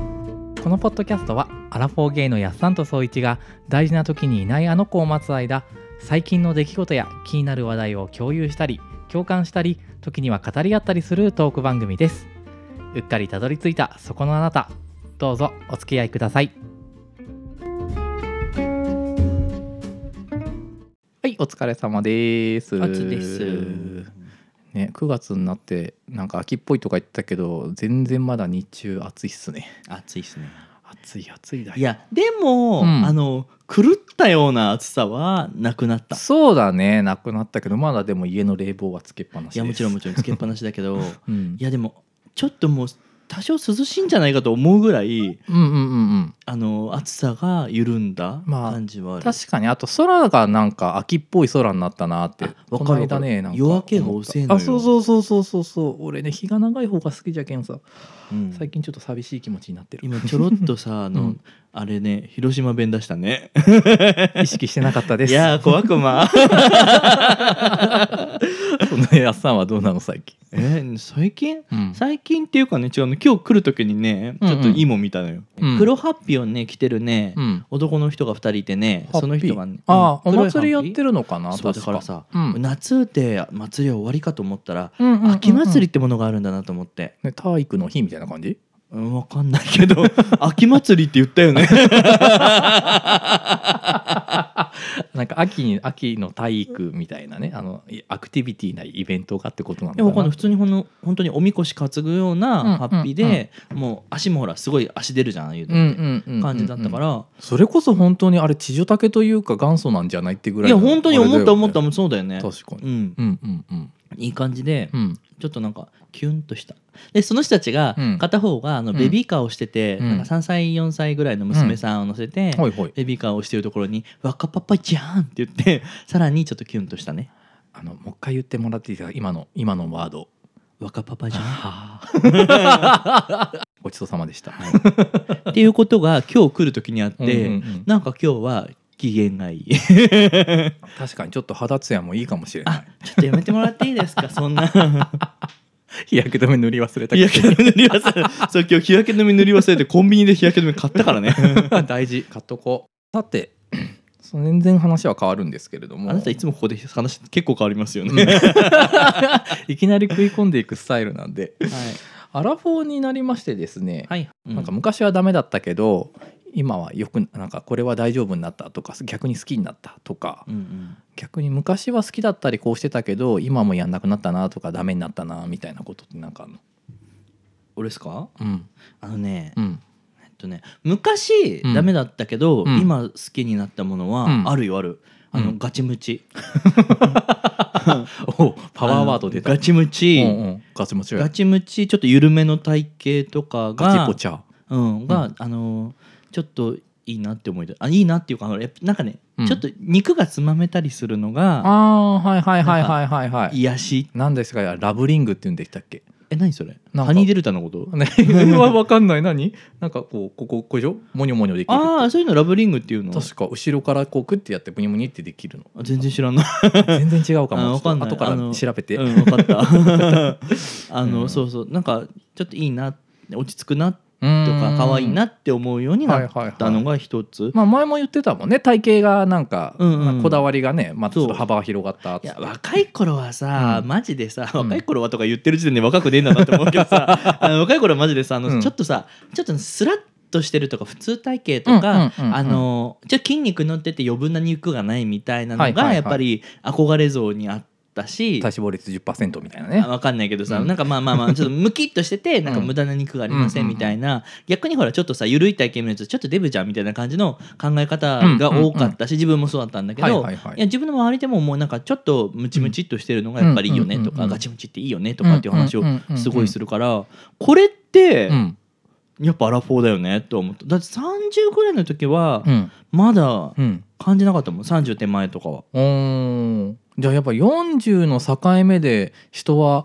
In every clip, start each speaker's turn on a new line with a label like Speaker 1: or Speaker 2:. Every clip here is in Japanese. Speaker 1: このポッドキャストはアラフォーゲイのやっさんと総一が大事な時にいないあの子を待つ間最近の出来事や気になる話題を共有したり共感したり時には語り合ったりするトーク番組ですうっかりたどり着いたそこのあなたどうぞお付き合いくださいはいお疲れ様です
Speaker 2: 初です。
Speaker 1: ね、9月になってなんか秋っぽいとか言ってたけど全然まだ日中暑いっすね
Speaker 2: 暑いですね。
Speaker 1: 暑い暑いだ
Speaker 2: いやでも、
Speaker 1: うん
Speaker 2: あの狂ったような暑さはなくなった。い
Speaker 1: そうだねなくなったけどまだでも家の冷房はつけっぱなしです
Speaker 2: やもちろんもちろんつけっぱなしだけど、
Speaker 1: うん
Speaker 2: い、やでもちょっともう多少涼しいんじゃないかと思うぐらい
Speaker 1: うんうんうんうん
Speaker 2: あの暑さが緩んだ
Speaker 1: まあ
Speaker 2: 感じはある。
Speaker 1: 確かにあと空がなんか秋っぽい空になったなって
Speaker 2: あわかる
Speaker 1: この間ね
Speaker 2: わか
Speaker 1: なんか
Speaker 2: る夜明けが遅いのよ
Speaker 1: あそうそうそうそうそうそう俺ね日が長い方が好きじゃけんさ
Speaker 2: うん
Speaker 1: 最近ちょっと寂しい気持ちにな ってる
Speaker 2: 今ちょろっ とさあの、
Speaker 1: うん
Speaker 2: あれね広島弁出したね。
Speaker 1: 意識してなかったです
Speaker 2: いやー小 悪魔
Speaker 1: そのやっさんはどうなの最近、
Speaker 2: え最近
Speaker 1: うん
Speaker 2: 最近っていうかね違うの今日来る時にね
Speaker 1: うん
Speaker 2: ち
Speaker 1: うん
Speaker 2: ょっといいもん見たのよ、
Speaker 1: うん
Speaker 2: 黒ハッピーをね着てるね、
Speaker 1: うん
Speaker 2: 男の人が2人いてねその人がね
Speaker 1: ああお
Speaker 2: うん黒い
Speaker 1: 祭りやって
Speaker 2: ハッ
Speaker 1: るのかな
Speaker 2: ピーそうだ
Speaker 1: 確
Speaker 2: か
Speaker 1: から
Speaker 2: さ、
Speaker 1: うん
Speaker 2: 夏で祭りは終わりかと思ったら、
Speaker 1: うんうんうんうん
Speaker 2: 秋祭りってものがあるんだなと思って、
Speaker 1: ね体育の日みたいな感じ
Speaker 2: うん、分かんないけ ど秋祭りって言ったよね
Speaker 1: なんか秋に秋の体育みたいなねあのいアクティビティなイベントがってことなの
Speaker 2: でもこ
Speaker 1: か
Speaker 2: の
Speaker 1: な
Speaker 2: 普通にほんの本当におみこし担ぐようなハッ
Speaker 1: うんう
Speaker 2: ピー
Speaker 1: ん
Speaker 2: で、もう足もほらすごい足出るじゃんああいうの
Speaker 1: うんうんうんうん
Speaker 2: 感じだったから、
Speaker 1: それこそ本当にあれ地上竹というか元祖なんじゃないってぐらい
Speaker 2: いや
Speaker 1: の
Speaker 2: 本当に思った思った
Speaker 1: あれ
Speaker 2: もんそうだよね
Speaker 1: だよね確か
Speaker 2: う
Speaker 1: に
Speaker 2: ん
Speaker 1: うんうんうん
Speaker 2: いい感じで、
Speaker 1: うん
Speaker 2: ちょっとなんかキュンとしたでその人たちが
Speaker 1: うん
Speaker 2: 片方があの
Speaker 1: うん
Speaker 2: ベビーカーをしてて、
Speaker 1: うん
Speaker 2: なんか3歳4歳ぐらいの娘さんを乗せて、
Speaker 1: はいはい
Speaker 2: ベビーカーをしてるところに「若パパじゃん!」って言って さらにちょっとキュンとしたね
Speaker 1: あのもう一回言ってもらっていいですか今の今のワード
Speaker 2: 「若パパじゃん!
Speaker 1: ごちそうさまでした」
Speaker 2: っていうことが今日来る時にあって、
Speaker 1: うんうんうん
Speaker 2: なんか今日は機嫌が いい
Speaker 1: 確かにちょっと肌ツヤもいいかもしれない
Speaker 2: ちょっとやめてもらっていいですかそん な
Speaker 1: 日焼け止め塗り忘れた
Speaker 2: 日焼け止め塗り忘れ そう今日日焼け止め塗り忘れてコンビニで日焼け止め買ったからね
Speaker 1: 大事買っとこうさて その全然話は変わるんですけれども
Speaker 2: あなたいつもここで話結構変わりますよね、
Speaker 1: うん
Speaker 2: はい
Speaker 1: きなり食い込んでい くスタイルなんでアラフォーになりましてですね、
Speaker 2: い、
Speaker 1: なんか昔はダメだったけど今はよくなんかこれは大丈夫になったとか逆に好きになったとか、
Speaker 2: うんうん
Speaker 1: 逆に昔は好きだったりこうしてたけど今もやんなくなったなとかダメになったなみたいなことってなんかあるの
Speaker 2: 俺ですか
Speaker 1: うん
Speaker 2: あのね、
Speaker 1: うん
Speaker 2: えっとね昔
Speaker 1: うん
Speaker 2: ダメだったけど、
Speaker 1: うん
Speaker 2: 今好きになったもの
Speaker 1: う
Speaker 2: は
Speaker 1: ん
Speaker 2: あるよある、あ
Speaker 1: う
Speaker 2: の
Speaker 1: ん
Speaker 2: ガチムチ
Speaker 1: おパワーワード出た
Speaker 2: あのガチムチ、
Speaker 1: うんうんガチもちろん
Speaker 2: ガ
Speaker 1: ガチ
Speaker 2: チムチちょっと緩めの体型とかが
Speaker 1: ポチャ
Speaker 2: うん、が、
Speaker 1: う
Speaker 2: あのちょっといいなって思い出あいいなっていうかあのやっぱなんかね、
Speaker 1: うん
Speaker 2: ちょっと肉がつまめたりするのが
Speaker 1: あーはいはいはいはいはいはい
Speaker 2: 癒し
Speaker 1: 何ですかラブリングって言うんでしたっけ
Speaker 2: え何それ
Speaker 1: なんか
Speaker 2: ハニーデルタのこと
Speaker 1: ね、は わかん ない何なんかこうこここれでしょモニョモニョできる
Speaker 2: ああそういうのラブリングっていうの
Speaker 1: 確か後ろからこうクッてやってブニムニってできるの
Speaker 2: あ全然知らない
Speaker 1: 全然違うか
Speaker 2: あ
Speaker 1: も
Speaker 2: わかんない
Speaker 1: ちょっと後
Speaker 2: あ
Speaker 1: から
Speaker 2: の
Speaker 1: 調べて、
Speaker 2: うん、分かった あの、
Speaker 1: うん
Speaker 2: そうそうなんかちょっといいな落ち着くなと
Speaker 1: うん
Speaker 2: か可愛いなって思うようになったのが一つ、
Speaker 1: まあ前も言ってたもんね体型がなんか、
Speaker 2: うんうん
Speaker 1: まあこだわりがね、まあ、ちょっと
Speaker 2: そう
Speaker 1: 幅が広がったっつって
Speaker 2: いや若い頃はさ、
Speaker 1: うん
Speaker 2: マジでさ
Speaker 1: うん
Speaker 2: 若い頃はとか言ってる時点で若くねえんだなって思うけど さあの若い頃はマジでさあの、
Speaker 1: うん
Speaker 2: ちょっとさちょっとスラッとしてるとか普通体型とか、
Speaker 1: うんうんうんうん
Speaker 2: あのちょっと筋肉乗ってて余分な肉がないみたいなのが、
Speaker 1: はいはいはい
Speaker 2: やっぱり憧れ像にあったし
Speaker 1: 体脂肪率10%みたいな
Speaker 2: あ
Speaker 1: ね
Speaker 2: わかんないけどさ、
Speaker 1: うん
Speaker 2: なんかまあまあまあちょっとムキッとしててなんか無駄な肉がありませんみたいな、逆にほらちょっとさ緩い体型見るとちょっとデブじゃんみたいな感じの考え方が多かったし、自分もそうだったんだけど、
Speaker 1: はい
Speaker 2: い
Speaker 1: はいはい
Speaker 2: や自分の周りでももうなんかちょっとムチムチっとしてるのがやっぱりいいよねと
Speaker 1: うんうんうんう
Speaker 2: か、
Speaker 1: ん
Speaker 2: ガチムチっていいよねとかっていう話を
Speaker 1: うんうんうんうん
Speaker 2: すごいするからこれって
Speaker 1: うん
Speaker 2: やっぱアラフォーだよねと思っただって30ぐらいの時は
Speaker 1: うん
Speaker 2: まだ
Speaker 1: うん
Speaker 2: 感じなかったもん30手前とかは。
Speaker 1: おーじゃあやっぱ40の境目で人は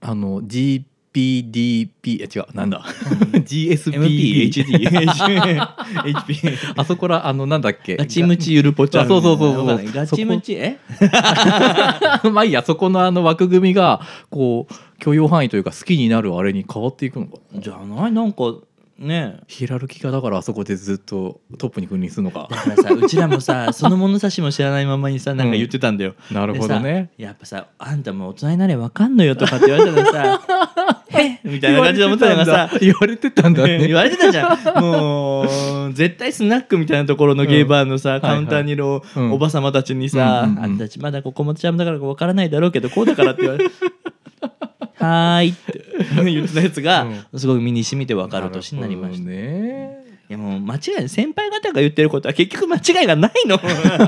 Speaker 1: あの GPDP え違うなんだ GSP
Speaker 2: MPHD HP
Speaker 1: あそこらあのなんだっけ
Speaker 2: ガチムチゆるぽちゃん。
Speaker 1: あそうそうそうそう
Speaker 2: わかんないガチムチえ
Speaker 1: がまあいいやそこのあの枠組みがこう許容範囲というか好きになるあれに変わっていくのか
Speaker 2: じゃないなんかねえ
Speaker 1: ヒラルキーがだからあそこでずっとトップに君臨するのか
Speaker 2: だ からさうちらもさその物差しも知らないままにさなんか言ってたんだよ、
Speaker 1: なるほどね
Speaker 2: やっぱさ「あんたもう大人になれわかんのよ」とかって言われたら さ「えみたいな感じで思ったのがさ
Speaker 1: 言われてたんだ
Speaker 2: 言
Speaker 1: ね
Speaker 2: われてたじゃんもう絶対スナックみたいなところのゲイバーのさ、カウンターにいるお,、
Speaker 1: うん
Speaker 2: ばさまたちにさ、
Speaker 1: うんうんうん
Speaker 2: あんたたちまだここもちゃんだからわからないだろうけどこうだから」って言わ れて。はーいって言ってたやつが、すごく身に染みて分かる年になりました、
Speaker 1: なるほどね
Speaker 2: いやもう間違いない先輩方が言ってることは結局間違いがないの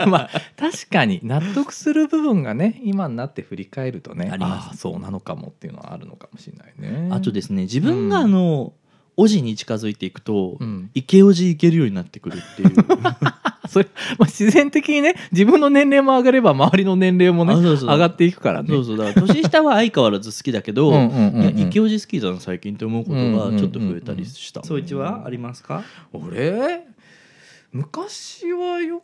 Speaker 1: まあ確かに納得する部分がね今になって振り返るとね
Speaker 2: あります
Speaker 1: ああそうなのかもっていうのはあるのかもしれないね、
Speaker 2: あとですすね自分があの、おじに近づいていくと、
Speaker 1: うん、
Speaker 2: イケオジいけるようになってくるっていう
Speaker 1: それ、まあ、自然的にね自分の年齢も上がれば周りの年齢もね
Speaker 2: あそうそう
Speaker 1: 上がっていくからね
Speaker 2: そうそうだから年下は相変わらず好きだけど、
Speaker 1: うんうんうんうん
Speaker 2: いやイケオジ好きだな最近って思うことがちょっと増えたりした、
Speaker 1: うんうんうんうんそういちはあり
Speaker 2: ますか
Speaker 1: 俺昔はよ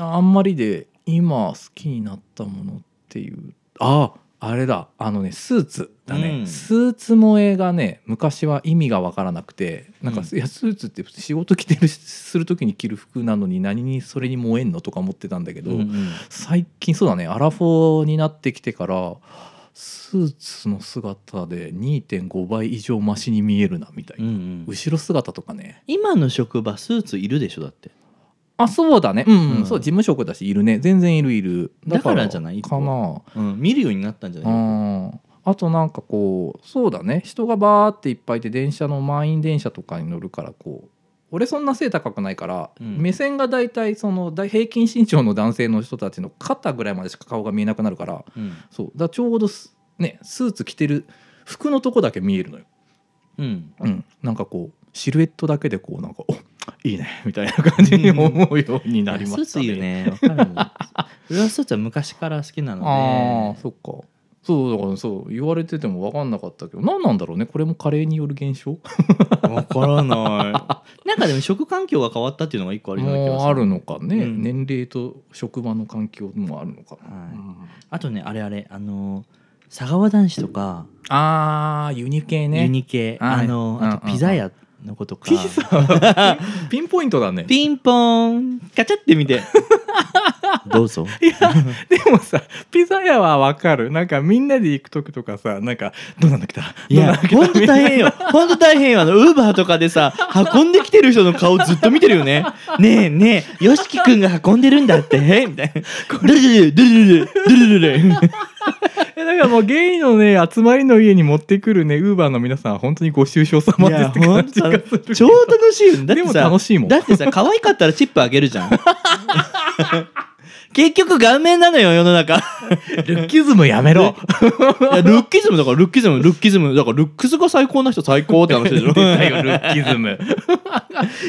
Speaker 1: あんまりで今好きになったものっていうああれだあのねスーツだね、
Speaker 2: うん
Speaker 1: スーツ萌えがね昔は意味が分からなくてなんか、
Speaker 2: うん
Speaker 1: いやスーツって仕事着てるする時に着る服なのに何にそれに燃えんのとか思ってたんだけど、最近そうだねアラフォーになってきてからスーツの姿で2.5倍以上マシに見えるなみたいな、後ろ姿とかね
Speaker 2: 今の職場スーツいるでしょだって
Speaker 1: あそうだねうん、うん
Speaker 2: うん
Speaker 1: そう事務職だしいるね全然いるいる
Speaker 2: だからじゃない
Speaker 1: かな
Speaker 2: うん見るようになったんじゃ
Speaker 1: う
Speaker 2: ない
Speaker 1: んあとなんかこうそうだね人がバーっていっぱいいて電車の満員電車とかに乗るからこう俺そんな背高くないから、
Speaker 2: うん
Speaker 1: 目線が大体そのだい平均身長の男性の人たちの肩ぐらいまでしか顔が見えなくなるから
Speaker 2: うん
Speaker 1: そうだからちょうどすねスーツ着てる服のとこだけ見えるのよ、
Speaker 2: うん
Speaker 1: うん、なんかこうシルエットだけでこうなんかおいいね みたいな感じに思うようになりま
Speaker 2: いや
Speaker 1: し
Speaker 2: スー
Speaker 1: た
Speaker 2: ツいいよねわかるんだ俺はスーツは昔から好きなの
Speaker 1: ああ
Speaker 2: で
Speaker 1: そっかそうだからそう言われてても分かんなかったけど何なんだろうねこれも加齢による現象
Speaker 2: わからないなんかでも職環境が変わったっていうのが一個あるような気がす
Speaker 1: もう
Speaker 2: る
Speaker 1: あるのかね、
Speaker 2: うん
Speaker 1: 年齢と職場の環境もあるのかな、
Speaker 2: はい
Speaker 1: うん
Speaker 2: あとねあれあれあの佐川男子とか
Speaker 1: あーユニ系
Speaker 2: ユ
Speaker 1: ね
Speaker 2: ニ系、
Speaker 1: はい
Speaker 2: あの
Speaker 1: うん
Speaker 2: あとピザ屋のことか、
Speaker 1: ピザピンポイントだね
Speaker 2: ピンポーンガチャって見てどうぞ
Speaker 1: いやでもさピザ屋は分かるなんかみんなで行く時とかさなんかどんなの来た
Speaker 2: い
Speaker 1: どんな
Speaker 2: や
Speaker 1: の来た
Speaker 2: ほんと大変よほんと大変よあのウーバーとかでさ運んできてる人の顔ずっと見てるよねねえねえよしきくんが運んでるんだってみたいなドゥルドゥルドゥルドゥルドゥルドゥルドゥル
Speaker 1: えだからもうゲイのね集まりの家に持ってくるねウーバーの皆さん本当にご愁傷様
Speaker 2: い
Speaker 1: です
Speaker 2: や
Speaker 1: って感じが
Speaker 2: ほん
Speaker 1: する
Speaker 2: 超楽しいよだっ
Speaker 1: で
Speaker 2: て
Speaker 1: も
Speaker 2: さ
Speaker 1: 楽しいもん
Speaker 2: だってさ可愛かったらチップあげるじゃん結局顔面なのよ世の中
Speaker 1: ルッキズムやめろ
Speaker 2: いやルッキズムだからルッキズムルッキズムだからルックスが最高な人最高って話でしょ
Speaker 1: 出たよ
Speaker 2: だ
Speaker 1: ルッキズム
Speaker 2: か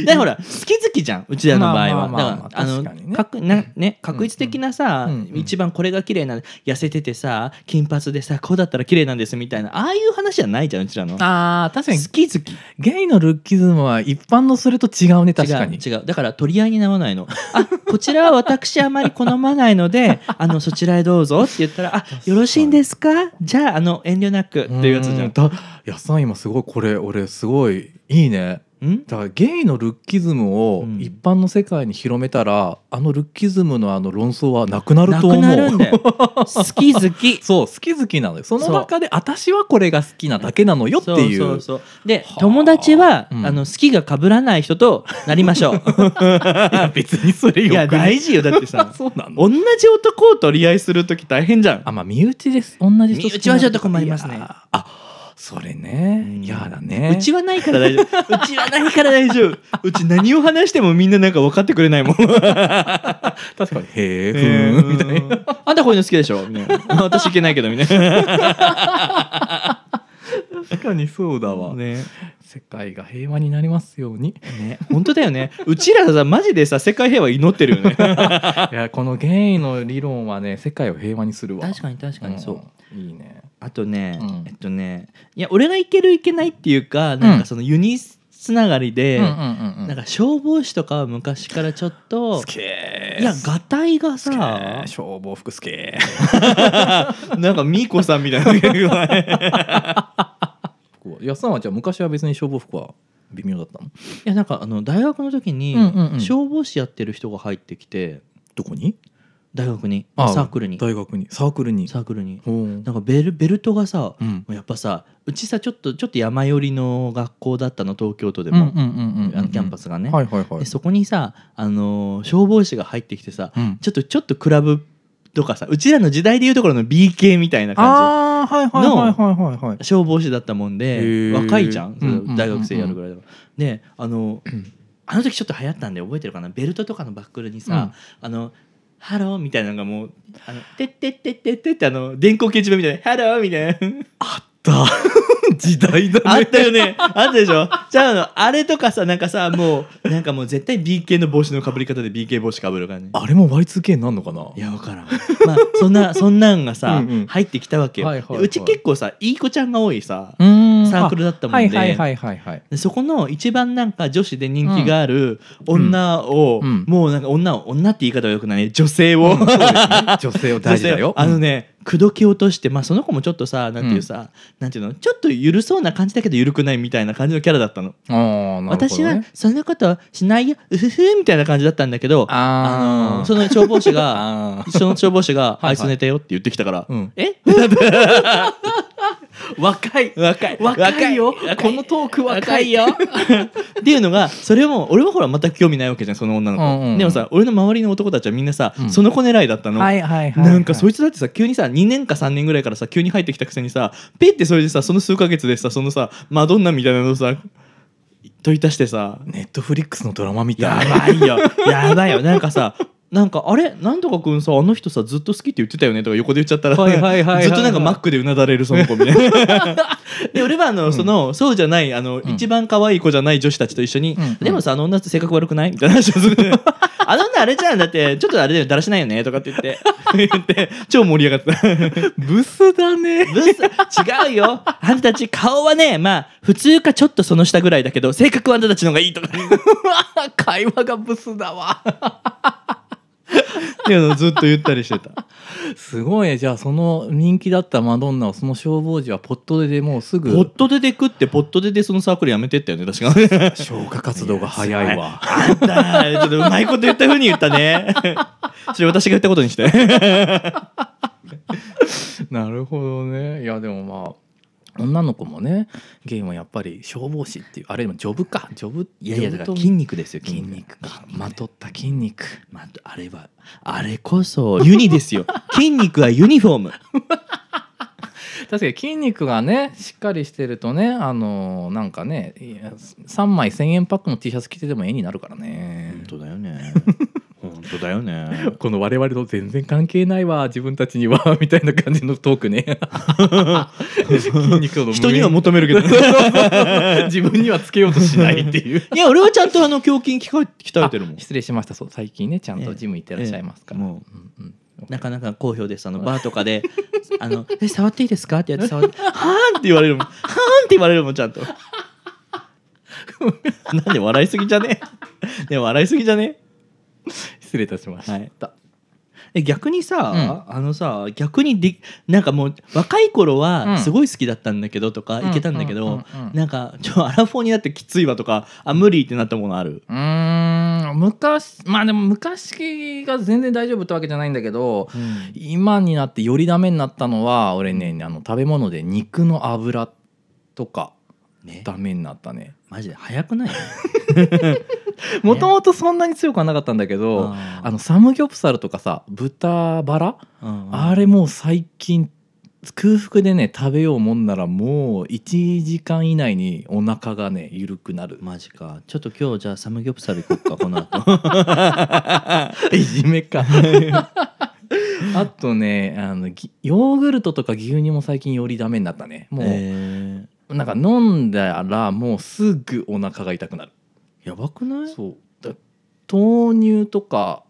Speaker 2: らほら好き好きじゃんうちらの場合
Speaker 1: まあまあ
Speaker 2: は
Speaker 1: まあまあ
Speaker 2: だからあ
Speaker 1: 確
Speaker 2: の
Speaker 1: かにね
Speaker 2: 確なね確率的なさ
Speaker 1: うんうん
Speaker 2: 一番これが綺麗な痩せててさ金髪でさこうだったら綺麗なんですみたいなああいう話じゃないじゃんうちらの好
Speaker 1: あー確かに
Speaker 2: き好き
Speaker 1: ゲイのルッキズムは一般のそれと違うね確かに
Speaker 2: 違う違うだから取り合いにならないのあこちらは私あまり好まないので あのそちらへどうぞって言ったらあよろしいんですかじゃああの遠慮なくっていうやつじゃ
Speaker 1: うん
Speaker 2: ん
Speaker 1: だいやさ今すごいこれ俺すごいいいね
Speaker 2: うん
Speaker 1: だからゲイのルッキズムを
Speaker 2: うん
Speaker 1: 一般の世界に広めたら、あのルッキズムのあの論争はなくなる
Speaker 2: な
Speaker 1: と思
Speaker 2: く
Speaker 1: う
Speaker 2: なるんだよ好き好き
Speaker 1: そう好き好きなのよその
Speaker 2: そう
Speaker 1: 中で私はこれが好きなだけなのよっていう
Speaker 2: そうそうそうで
Speaker 1: はあ
Speaker 2: 友達は、
Speaker 1: うん
Speaker 2: あの好きが被らない人となりましょう
Speaker 1: いや 別にそれ
Speaker 2: い
Speaker 1: よ
Speaker 2: や
Speaker 1: く
Speaker 2: 大事よだっ てさ
Speaker 1: そうなの
Speaker 2: 同じ男を取り合いする時大変じゃん
Speaker 1: あまあ身内です同じ人
Speaker 2: 身内はちょっと困りますね
Speaker 1: いやーあそれね
Speaker 2: うん
Speaker 1: 嫌だね
Speaker 2: うちはないから大丈夫うちはないから大丈夫うち何を話してもみんななんか分かってくれないもん
Speaker 1: 確かにへえ
Speaker 2: え
Speaker 1: ふーんみたいな
Speaker 2: ーあんたこういうの好きでしょみたい な私いけないけどみたいな
Speaker 1: 確かにそうだわ、
Speaker 2: ね
Speaker 1: 世界が平和になりますように
Speaker 2: ね本当だよねうちらさマジでさ世界平和祈ってる よ
Speaker 1: い
Speaker 2: ね
Speaker 1: やこのゲイの理論はね世界を平和にするわ
Speaker 2: かに確
Speaker 1: うん、いいね
Speaker 2: あとね、
Speaker 1: うん
Speaker 2: えっとねいや俺がいけるいけないっていうかなんかそのユニつながりで、なん
Speaker 1: か
Speaker 2: か消防士とかは昔からちょっと
Speaker 1: 好きー
Speaker 2: いやがたいが
Speaker 1: 好き
Speaker 2: さ
Speaker 1: ー消防服好きー
Speaker 2: なんかミーコさんみたいな
Speaker 1: 安さんはじゃあ昔は別に消防服は
Speaker 2: 微妙だったのいやなんかあの大学の時に
Speaker 1: うんうんうん
Speaker 2: 消防士やってる人が入ってきて
Speaker 3: どこに
Speaker 2: 大学に
Speaker 3: あ
Speaker 2: サークルに
Speaker 3: 大学にサークルに
Speaker 2: サークルに
Speaker 3: ほう
Speaker 2: なんかベルベルトがさ
Speaker 3: うん
Speaker 2: やっぱさうちさちょっとちょっと山寄りの学校だったの東京都で
Speaker 1: うんうん
Speaker 2: も、
Speaker 1: うんうん
Speaker 2: あのキャンパスがね、
Speaker 3: はいはいはい
Speaker 2: でそこにさ、あのー消防士が入ってきてさ
Speaker 3: うん
Speaker 2: ちょっとちょっとクラブとかさうちらの時代でいうところの B 系みたいな感
Speaker 3: ああはいはいはいはいはいはい
Speaker 2: じ消防士だったもん
Speaker 3: へ
Speaker 2: で
Speaker 3: ー
Speaker 2: 若いじゃん、
Speaker 3: うんうんうんうん
Speaker 2: 大学生やるぐらいだから。であの あの時ちょっと流行ったんで覚えてるかなベルトとかのバックルにさ、あのハローみたいなのがもう「あのてってってってって」ってあの電光掲示板みたいな「ハロー」みたい な。
Speaker 3: だ 時代だ
Speaker 2: あ
Speaker 3: ね
Speaker 2: ったよね。あったでしょ。じゃああの、あれとかさ、なんかさ、もう、なんかもう絶対 BK の帽子の被り方で BK 帽子被るからね。
Speaker 3: あれも Y2K になんのかない
Speaker 2: や、わからん。まあ、そんな、そんなんがさ、
Speaker 3: うんうん
Speaker 2: 入ってきたわけよ。
Speaker 3: はいはいはい
Speaker 2: でうち結構さ、いい子ちゃんが多いさ、
Speaker 1: うん
Speaker 2: サークルだったもんで。
Speaker 1: はいはいはいはいはい
Speaker 2: でそこの一番なんか女子で人気がある女を、
Speaker 1: うんうん
Speaker 2: もうなんか女を女って言い方はよくないね女性を、
Speaker 3: そうですね女性は大事だよ
Speaker 2: あのね口説き落として、まあ、その子もちょっとさなんていうさ、なんていうのちょっとゆるそうな感じだけどゆるくないみたいな感じのキャラだったの、
Speaker 1: あーなるほどね
Speaker 2: 私はそんなことしないようふふみたいな感じだったんだけどあ
Speaker 1: あ
Speaker 2: の
Speaker 1: ー
Speaker 2: その消防士 が
Speaker 3: あ
Speaker 2: その消防士が「
Speaker 1: いはい
Speaker 2: あいつ寝たよ」って言ってきたから
Speaker 3: う
Speaker 2: 「
Speaker 3: ん
Speaker 2: え
Speaker 3: 若い
Speaker 2: 若い
Speaker 3: 若いよ
Speaker 2: 若い
Speaker 3: このトーク若い
Speaker 2: よ っていうのがそれも俺はほら全く興味ないわけじゃんその女の子、
Speaker 1: うんうんうん
Speaker 2: でもさ俺の周りの男たちはみんなさ、
Speaker 1: うん
Speaker 2: その子狙いだったの、
Speaker 1: はいはいはい
Speaker 2: なんかそ
Speaker 1: い
Speaker 2: いつだってさ急にさ2年か3年ぐらいからさ急に入ってきたくせにさペッてそれでさその数ヶ月でさそのさマドンナみたいなのをさ取り足してさ
Speaker 3: ネットフリックスのドラマみ
Speaker 2: や
Speaker 3: たいな
Speaker 2: ばいよやばいよなんかさなんかあれなんとかくんさあの人さずっと好きって言ってたよねとか横で言っちゃったら、
Speaker 1: はいはいはいはい
Speaker 2: ずっとなんかマックでうなだれるその子みたいな で俺はあの、そのそうじゃないあの、
Speaker 1: ん
Speaker 2: 一番可愛い子じゃない女子たちと一緒に、
Speaker 1: うん
Speaker 2: でもさあの女って性格悪くないみたいな話をするあの女あれじゃんだってちょっとあれだよだらしないよねとかって言って言って超盛り上がってた
Speaker 3: ブスだ ね
Speaker 2: ブス違うよあんたたち顔はねまあ普通かちょっとその下ぐらいだけど性格はあんたたちの方がいいとか
Speaker 1: 会話がブスだわ
Speaker 2: っていうのをずっと言ったりしてた。
Speaker 1: すごいねじゃあその人気だったマドンナをその消防士はポットででもうすぐ
Speaker 2: ポットでで食ってポットででそのサークルやめてったよね確か
Speaker 3: 消化活動が早い わ
Speaker 2: あんたちょっとうまいこと言ったふうに言ったね それ私が言ったことにして
Speaker 1: なるほどねいやでもまあ女の子もねゲームはやっぱり消防士っていうあれでもジョブかジョブ
Speaker 2: いやいやだから
Speaker 1: ジョブと
Speaker 2: 筋肉ですよ
Speaker 1: 筋肉かまとった筋肉
Speaker 2: まああれはあれこそユニです よ筋肉はユニフォーム
Speaker 1: 確かに筋肉がねしっかりしてるとねあのーなんかねいや3枚1000円パックの T シャツ着てても絵になるからね
Speaker 2: 本当だよね 本当だよね
Speaker 1: この我々と全然関係ないわ自分たちには みたいな感じのトーク ね筋肉の無縁
Speaker 2: 人には求めるけど
Speaker 1: 自分にはつけようとしないっていう
Speaker 2: いや俺はちゃんとあの胸筋鍛え鍛えてる もん
Speaker 1: 失礼しましたそう最近ねちゃん
Speaker 2: え
Speaker 1: と
Speaker 2: え
Speaker 1: ジム行ってらっしゃいますから、
Speaker 2: ええも
Speaker 1: うんうん
Speaker 2: なかなか好評ですあのバーとかで 「あのえ触っていいですか?」ってやって 触って「はーん」って言われるもん「はーん」って言われるもんちゃんと なんで笑いすぎじゃねえでも笑いすぎじゃね
Speaker 1: 失礼いたしました、
Speaker 2: はいええ逆にさ、
Speaker 1: う
Speaker 2: あのさ逆にでなんかもう若い頃
Speaker 1: うん
Speaker 2: はすごい好きだったんだけどとか、
Speaker 1: うん
Speaker 2: いけたんだけど、
Speaker 1: うんうん
Speaker 2: なんかちょアラフォーになってきついわとかあ無理ってなったものある
Speaker 1: うーん昔まあでも昔が全然大丈夫ってわけじゃないんだけど今になってよりダメになったのは俺ねあの食べ物で肉の油とか
Speaker 2: ね
Speaker 1: ダメになったね
Speaker 2: マジで早くない
Speaker 1: もともとそんなに強くはなかったんだけど、
Speaker 2: あ
Speaker 1: あのサムギョプサルとかさ豚バラ、あ
Speaker 2: れ
Speaker 1: れもう最近空腹でね食べようもんならもう1時間以内にお腹がね緩くなる、
Speaker 2: マジかちょっと今日じゃあサムギョプサル行こっかこの後
Speaker 1: いじめか あとねあのぎヨーグルトとか牛乳も最近よりダメになったねもう、
Speaker 2: え
Speaker 1: なんか飲んだらもうすぐお腹が痛くなる
Speaker 2: ー、やばくない
Speaker 1: そうだ豆乳とか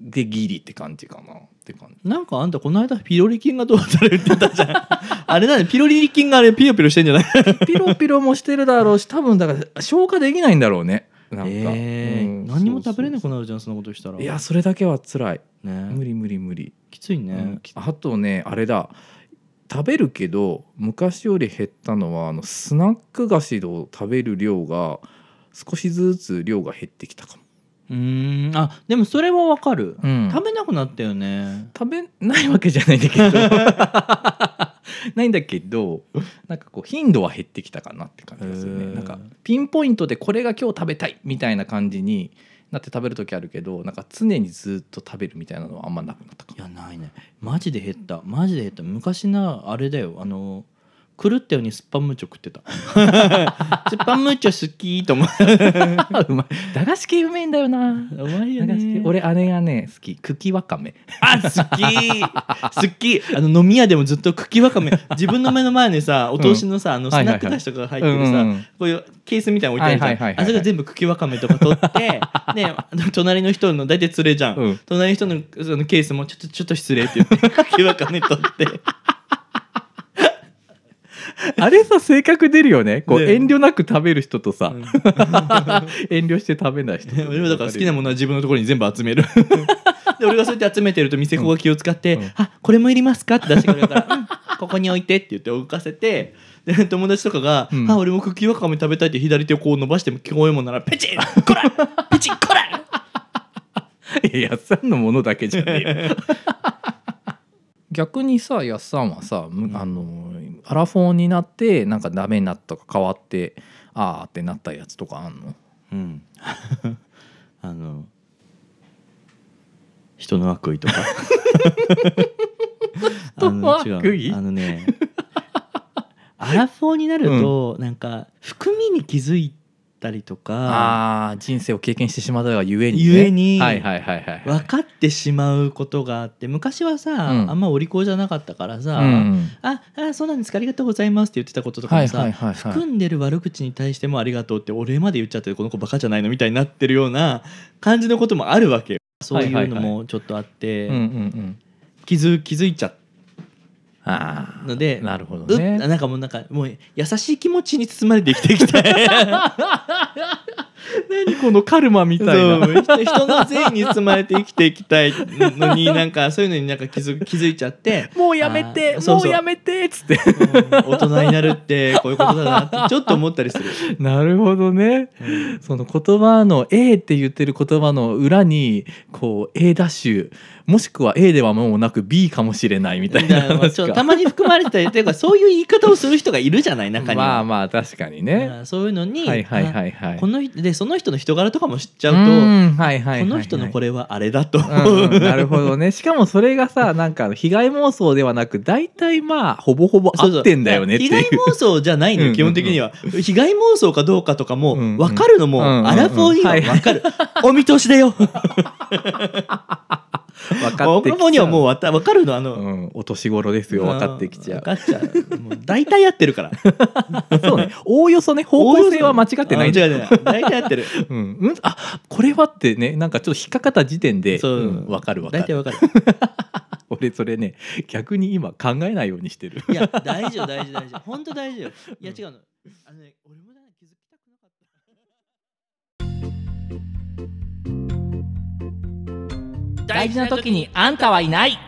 Speaker 1: でギリって感じかなって感じ
Speaker 2: なんかあんたこの間ピロリ菌がどうだるって言ったじゃん あれなんでピロリ菌があれピヨピヨしてんじゃない
Speaker 1: ピロピロもしてるだろうし多分だから消化できないんだろうねなんか、うん
Speaker 2: 何にも食べれな
Speaker 1: そう
Speaker 2: くなるじゃんそんなことした
Speaker 1: そ
Speaker 2: ら
Speaker 1: ういやそれだけは辛い
Speaker 2: ね
Speaker 1: 無理無理無理、
Speaker 2: きついね、
Speaker 1: うんあとねあれだ食べるけど昔より減ったのはあのスナック菓子を食べる量が少しずつ量が減ってきたかも
Speaker 2: うーんあでもそれはわかる、
Speaker 4: うん
Speaker 2: 食べなくなったよね
Speaker 1: 食べないわけじゃないんだけど ないんだけどなんかこう頻度は減ってきたかなって感じですよ
Speaker 2: へー
Speaker 1: ねなんかピンポイントでこれが今日食べたいみたいな感じになって食べる時あるけどなんか常にずっと食べるみたいなのはあんまなくなったか
Speaker 2: いやないねマジで減ったマジで減った昔なあれだよあの狂ったようにスッパンムーチョ食 ってたスッパンムーチョ好き と思って
Speaker 1: もうまい駄菓子系うめえんだよな
Speaker 2: うまい
Speaker 1: 駄菓子系俺あれがね好き茎わかめ
Speaker 2: あ好き好きあの飲み屋でもずっと茎わかめ自分の目の前にさお通しのさ、あのスナック菓子とかが入ってるさ、
Speaker 1: うんうん
Speaker 2: こういうケースみたいなの置いてあるじ
Speaker 1: は
Speaker 2: ゃ
Speaker 1: いはいはいはい
Speaker 2: ん
Speaker 1: はい
Speaker 2: あそこ全部茎わかめとか取ってであの隣の人の大体連れじゃん、
Speaker 1: うん
Speaker 2: 隣の人のそのケースもちょっとちょっと失礼って言って茎わかめ取って
Speaker 1: あれさ性格出るよねこう
Speaker 2: ね
Speaker 1: 遠慮なく食べる人とさ、
Speaker 2: うん
Speaker 1: 遠慮して食べない人
Speaker 2: で俺もだから好きなものは自分のところに全部 集めるで俺がそうやって集めてると店子が気を使って「
Speaker 1: うん
Speaker 2: あこれもいりますか?」って出してくれるから「うんここに置いて」って言って置かせてで友達とかが「
Speaker 1: うん
Speaker 2: あ俺も茎わかめ食べたい」って左手をこう伸ばしても聞こえもんなら「ペチンこらペチンこら!」
Speaker 1: いややっさんのものだけじゃねえよ逆にさやっさんはさ、む
Speaker 2: うん
Speaker 1: あのアラフォーになってなんかダメになったか変わってああってなったやつとかあんの
Speaker 2: うん、あの人の悪意とか
Speaker 1: 人の悪意
Speaker 2: あの違うあのねアラフォーになると、なんか含みに気づいたりとか
Speaker 1: ああ人生を経験してしまったがゆえに、ね、
Speaker 2: ゆえに
Speaker 1: はいはいはいはいはい
Speaker 2: 分かってしまうことがあって昔はさ、
Speaker 1: うん
Speaker 2: あんまお利口じゃなかったからさ、
Speaker 1: うん
Speaker 2: ああそうなんですかありがとうございますって言ってたこととかもさ、
Speaker 1: はいはいはいはい
Speaker 2: 含んでる悪口に対してもありがとうってお礼まで言っちゃってこの子バカじゃないのみたいになってるような感じのこともあるわけよそういうの
Speaker 1: はいはい
Speaker 2: もちょっとあって、
Speaker 1: うんうんうん
Speaker 2: 気づ気づいちゃっ
Speaker 1: あ
Speaker 2: たので
Speaker 1: あなるほど
Speaker 2: う
Speaker 1: ね
Speaker 2: なんかもうなんかもう優しい気持ちに包まれて生きてきて
Speaker 1: 何このカルマみ
Speaker 2: そう人の善意に包まれて生きていきたいのになんかそういうのになんか気づ気づいちゃって
Speaker 1: もう
Speaker 2: やめてもうや
Speaker 1: めてっつって
Speaker 2: 大人になるってこういうことだなってちょっと思ったりする。
Speaker 1: なるほどね
Speaker 2: うん
Speaker 1: その言葉の A って言ってる言葉の裏にこう A ダッシュもしくは A ではもうなく B かもしれないみたいな
Speaker 2: だからまあち
Speaker 1: 話
Speaker 2: ょっと
Speaker 1: か
Speaker 2: たまに含まれてたりというかそういう言い方をする人がいるじゃない中には
Speaker 1: まあまあ確かにね
Speaker 2: うんそういうのに、
Speaker 1: はいはいはいはい
Speaker 2: あこの人でその人の人柄とかも知っちゃう
Speaker 1: う
Speaker 2: と、
Speaker 1: んはいはいはいはい
Speaker 2: この人のこれはあれだと
Speaker 1: うんうんなるほどねしかもそれがさなんか被害妄想ではなく大体まあほぼほぼ合ってんだよねっていう
Speaker 2: そうそう被害妄想じゃないの
Speaker 1: うんうんう
Speaker 2: よ
Speaker 1: ん
Speaker 2: 基本的には被害妄想かどうかとかも
Speaker 1: うんうん
Speaker 2: 分かるのも
Speaker 1: うんうんうん
Speaker 2: アラフォーには分かる お見通しだよ
Speaker 1: 分かっ
Speaker 2: 僕
Speaker 1: てきちゃう
Speaker 2: のにはもうわた分かるのあの、
Speaker 1: うん、お年頃ですよ分かってきちゃう
Speaker 2: 分かっちゃうもう大体やってるから
Speaker 1: そうねおおよそね 方向性は間違ってないんだ
Speaker 2: あ違う違う 大体やってる
Speaker 1: うん、うん、あこれはってねなんかちょっと引っかかった時点で
Speaker 2: そう
Speaker 1: うんわ かるわか
Speaker 2: 大体
Speaker 1: る
Speaker 2: 分かる
Speaker 1: 俺それね逆に今考えないようにしてる
Speaker 2: いや大事よ大事大事本当大事よいや違うのあのね俺もなんか気づきたくなかった
Speaker 4: 大事な時にあんたはいない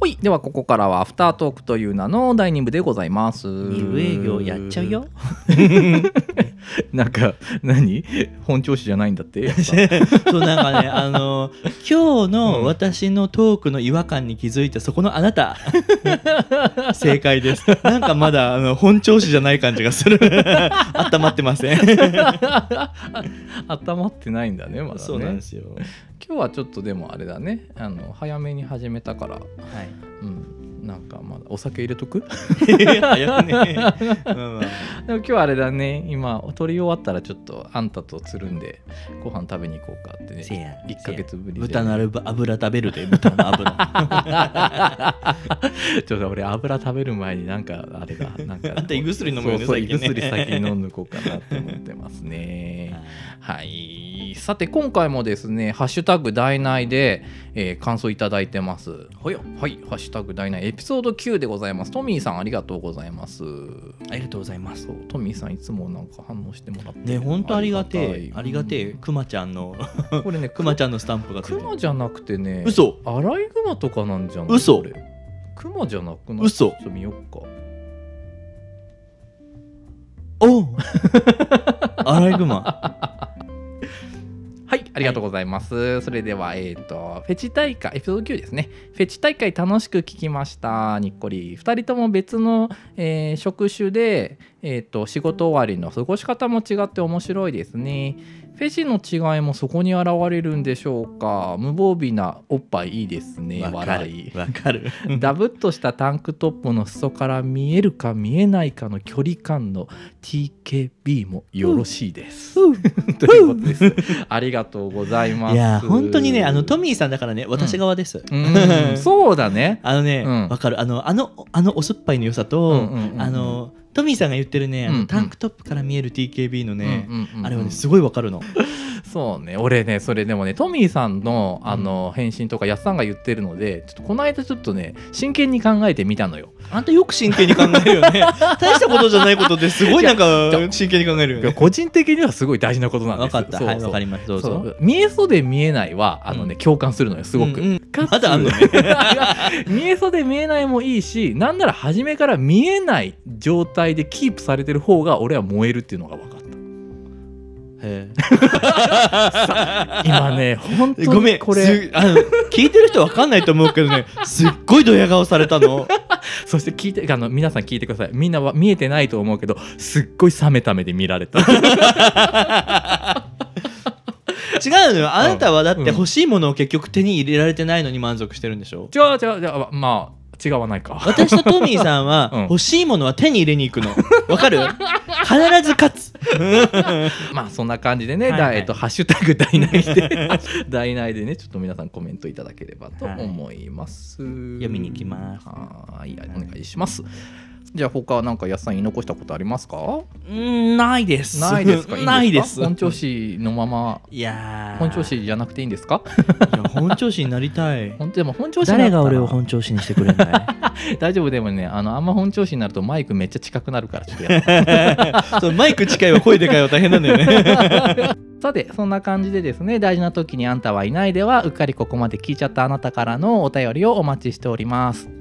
Speaker 1: ほいではここからはアフタートークという名の第2部でございます
Speaker 2: 二部営業やっちゃうよ
Speaker 1: なんか何本調子じゃないんだって
Speaker 2: そうなんかねあの今日の私のトークの違和感に気づいたそこのあなた 正解ですなんかまだあの本調子じゃない感じがする 温まってません
Speaker 1: 頭ってないんだねまだね
Speaker 2: そうなんですよ
Speaker 1: 今日はちょっとでもあれだねあの早めに始めたから
Speaker 2: はい
Speaker 1: うんなんかまだお酒入れと く
Speaker 2: 早くね、 まあまあ
Speaker 1: でも今日はあれだね今撮り終わったらちょっとあんたとつるんでご飯食べに行こうかってね
Speaker 2: せや
Speaker 1: 1ヶ月ぶりで
Speaker 2: 豚の油食べるで豚の油
Speaker 1: ちょっと俺油食べる前になんかあ れだなんか
Speaker 2: あんた胃薬飲むよ
Speaker 1: そ
Speaker 2: ね
Speaker 1: うそう胃
Speaker 2: 最近ね
Speaker 1: 薬先に飲んどこうかなと思ってます ねはいさて今回もですね「ハッシュタグダイナイで」えー感想いただいてますはい「ハッシュタグダイナイエピソード9」 Q でございますトミーさんありがとうございます
Speaker 2: ありがとうございます
Speaker 1: そうトミーさんいつもなんか反応してもらって
Speaker 2: ね本当ありがてえ
Speaker 1: たい
Speaker 2: ありがてえ
Speaker 1: うん
Speaker 2: くまちゃんの
Speaker 1: これね
Speaker 2: く
Speaker 1: ク
Speaker 2: ま
Speaker 1: マ
Speaker 2: ちゃんのスタンプがついて
Speaker 1: ク
Speaker 2: る
Speaker 1: マじゃなくてね
Speaker 2: 嘘
Speaker 1: アライグマとかなんじゃない
Speaker 2: 嘘
Speaker 1: これクマじゃなくない
Speaker 2: 嘘
Speaker 1: ちょっと見よっか
Speaker 2: おう アライグマ
Speaker 1: はい、ありがとうございます。それでは、えっ、と、フェチ大会、エピソード9ですね。フェチ大会楽しく聞きました。にっこり。2人とも別の、えー職種で、えっ、と、仕事終わりの過ごし方も違って面白いですね。フェチの違いもそこに現れるんでしょうか。無防備なおっぱいいいですね。
Speaker 2: わか
Speaker 1: 笑い
Speaker 2: る。わかる
Speaker 1: ダブっとしたタンクトップの裾から見えるか見えないかの距離感の TKB もよろしいです。 ということです。ありがとうございます。
Speaker 2: いや本当にねあのト
Speaker 1: ミ
Speaker 2: ミーさんだからね私側です、
Speaker 1: うん、そうだね。
Speaker 2: あのね、
Speaker 1: うん
Speaker 2: わかるあのあのあのお酸っぱいの良さと、
Speaker 1: うんうんうん
Speaker 2: あのトミーさんが言ってるね、あの
Speaker 1: うんうん
Speaker 2: タンクトップから見える TKB のね、
Speaker 1: うんうんうん
Speaker 2: あれはねすごいわかるの、
Speaker 1: そうね俺ねそれでもねトミーさんのあの返信とかやっさんが言ってるのでちょっとこの間ちょっとね真剣に考えてみたのよ。
Speaker 2: あんたよく真剣に考えるよ ね大したことじゃないことってすごいなんか
Speaker 1: いや
Speaker 2: 真剣に考えるよね
Speaker 1: 個人的にはすごい大事なことなんで
Speaker 2: わ
Speaker 1: す
Speaker 2: かった
Speaker 1: そう
Speaker 2: はい
Speaker 1: そう
Speaker 2: わかりますどう
Speaker 1: そ
Speaker 2: ぞ
Speaker 1: う見えそうで見えないはあの、ね共感するのよすごく。
Speaker 2: うんうん
Speaker 1: かつ
Speaker 2: まだあんの
Speaker 1: 見えそうで見えないもいいしなんなら初めから見えない状態でキープされてる方が俺は燃えるっていうのが分かった
Speaker 2: へ
Speaker 1: 今 ね本当
Speaker 2: え
Speaker 1: に
Speaker 2: ごめん
Speaker 1: こ
Speaker 2: こ
Speaker 1: れ
Speaker 2: れあの聞いてる人わかんないと思うけどねすっごいドヤ顔された の
Speaker 1: そして聞いてあの皆さん聞いてくださいみんなは見えてないと思うけどすっごい冷めた目で見ら れた
Speaker 2: 違うのよあなたはだって欲しいものを結局手に入れられてないのに満足してるんでしょ
Speaker 1: 違う違う違うまあ違わないか
Speaker 2: 私とトミーさんは
Speaker 1: うん
Speaker 2: 欲しいものは手に入れに行くのわ かる必ず勝つ
Speaker 1: まあそんな感じでね、
Speaker 2: はいはい
Speaker 1: だえっとハッシュタグ台内で 台内でねちょっと皆さんコメントいただければと思います、
Speaker 2: 読みに行きます
Speaker 1: はーいお願いしますじゃあ他はなんか安さん言い残したことありますか
Speaker 2: うんないです
Speaker 1: ないですか
Speaker 2: ないです
Speaker 1: 本調子のまま
Speaker 2: いやー
Speaker 1: 本調子じゃなくていいんですか
Speaker 2: いや本調子になりたい
Speaker 1: 本当でも本調子にな
Speaker 2: 誰
Speaker 1: ったら
Speaker 2: が俺を本調子にしてくれない
Speaker 1: 大丈夫でもねあのあんま本調子になるとマイクめっちゃ近くなるからちょっとやって
Speaker 2: そうマイク近いは声でかいは大変なんだよね
Speaker 1: さてそんな感じでですね大事な時にあんたはいないではうっかりここまで聞いちゃったあなたからのお便りをお待ちしております、えー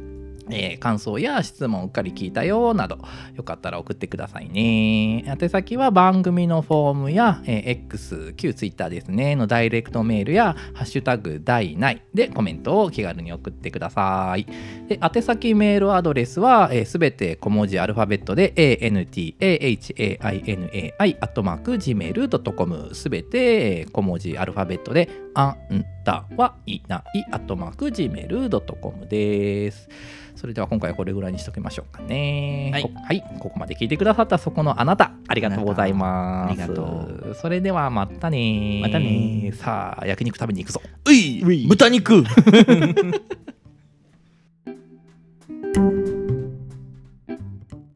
Speaker 1: 感想や質問うっかり聞いたよなどよかったら送ってくださいね宛先は番組のフォームや、えー X 旧 Twitter ですねのダイレクトメールや「ハッシュタグ第ない」でコメントを気軽に送ってくださいで宛先メールアドレスはすべ、全て小文字アルファベットで antahainai.gmail.com すべてえー小文字アルファベットであんたはいない .gmail.com ですそれでは今回はこれぐらいにしときましょうかね
Speaker 2: はい
Speaker 1: こはい、ここまで聞いてくださったそこのあなたありがとうございます
Speaker 2: あなたありがと
Speaker 1: それではまたね
Speaker 2: またね
Speaker 1: さあ焼肉食べに行くぞ
Speaker 2: うい豚肉